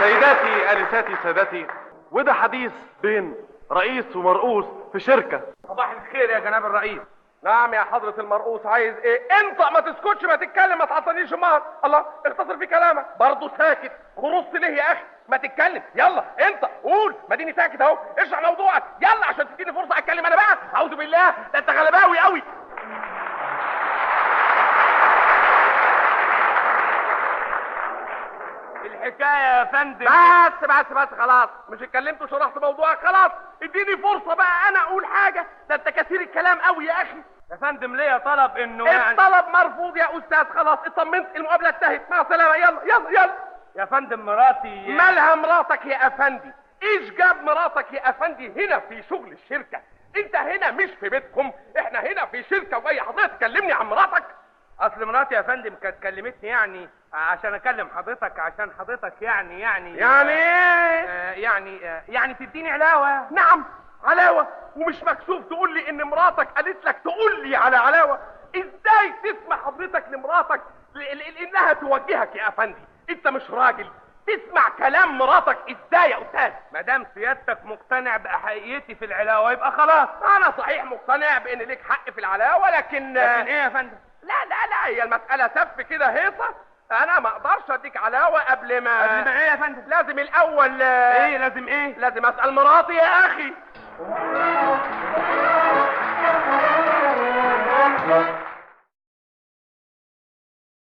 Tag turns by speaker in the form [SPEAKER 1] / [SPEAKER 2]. [SPEAKER 1] سيداتي انساتي سادتي وده حديث بين رئيس ومرؤوس في شركه
[SPEAKER 2] صباح الخير يا جناب الرئيس
[SPEAKER 1] نعم يا حضرة المرؤوس عايز ايه؟ انطق ما تسكتش ما تتكلم ما تعطلنيش النهار، الله اختصر في كلامك، برضه ساكت، خرصت ليه يا اخي؟ ما تتكلم، يلا انطق قول، مديني ساكت اهو، اشرح موضوعك، يلا عشان تديني فرصة اتكلم انا بقى، اعوذ بالله، ده انت غلباوي قوي.
[SPEAKER 2] الحكاية يا فندم
[SPEAKER 1] بس بس بس خلاص، مش اتكلمت وشرحت موضوعك خلاص، اديني فرصة بقى انا اقول حاجة، ده انت كثير الكلام قوي يا اخي.
[SPEAKER 2] يا فندم ليا طلب
[SPEAKER 1] إيه،
[SPEAKER 2] انه يعني
[SPEAKER 1] الطلب مرفوض يا استاذ خلاص اطمنت المقابله انتهت مع السلامه يلا يلا يلا
[SPEAKER 2] يا فندم مراتي يعني
[SPEAKER 1] مالها مراتك يا افندي ايش جاب مراتك يا افندي هنا في شغل الشركه انت هنا مش في بيتكم احنا هنا في شركه واي حضرتك تكلمني عن مراتك
[SPEAKER 2] اصل مراتي يا فندم كانت كلمتني يعني عشان اكلم حضرتك عشان حضرتك يعني يعني
[SPEAKER 1] يعني ايه
[SPEAKER 2] آه يعني آه يعني تديني علاوة
[SPEAKER 1] نعم علاوه ومش مكسوف تقول لي ان مراتك قالت لك تقول لي على علاوه ازاي تسمح حضرتك لمراتك ل- ل- انها توجهك يا افندي انت مش راجل تسمع كلام مراتك ازاي يا استاذ
[SPEAKER 2] ما دام سيادتك مقتنع بأحقيتي في العلاوة يبقى خلاص
[SPEAKER 1] انا صحيح مقتنع بان ليك حق في العلاوه لكن
[SPEAKER 2] لكن ايه يا فندم
[SPEAKER 1] لا لا لا هي المساله سف كده هيصه انا ما اقدرش اديك علاوه قبل ما
[SPEAKER 2] قبل ما ايه يا فندم
[SPEAKER 1] لازم الاول ايه
[SPEAKER 2] ايه لازم ايه
[SPEAKER 1] لازم اسال مراتي يا اخي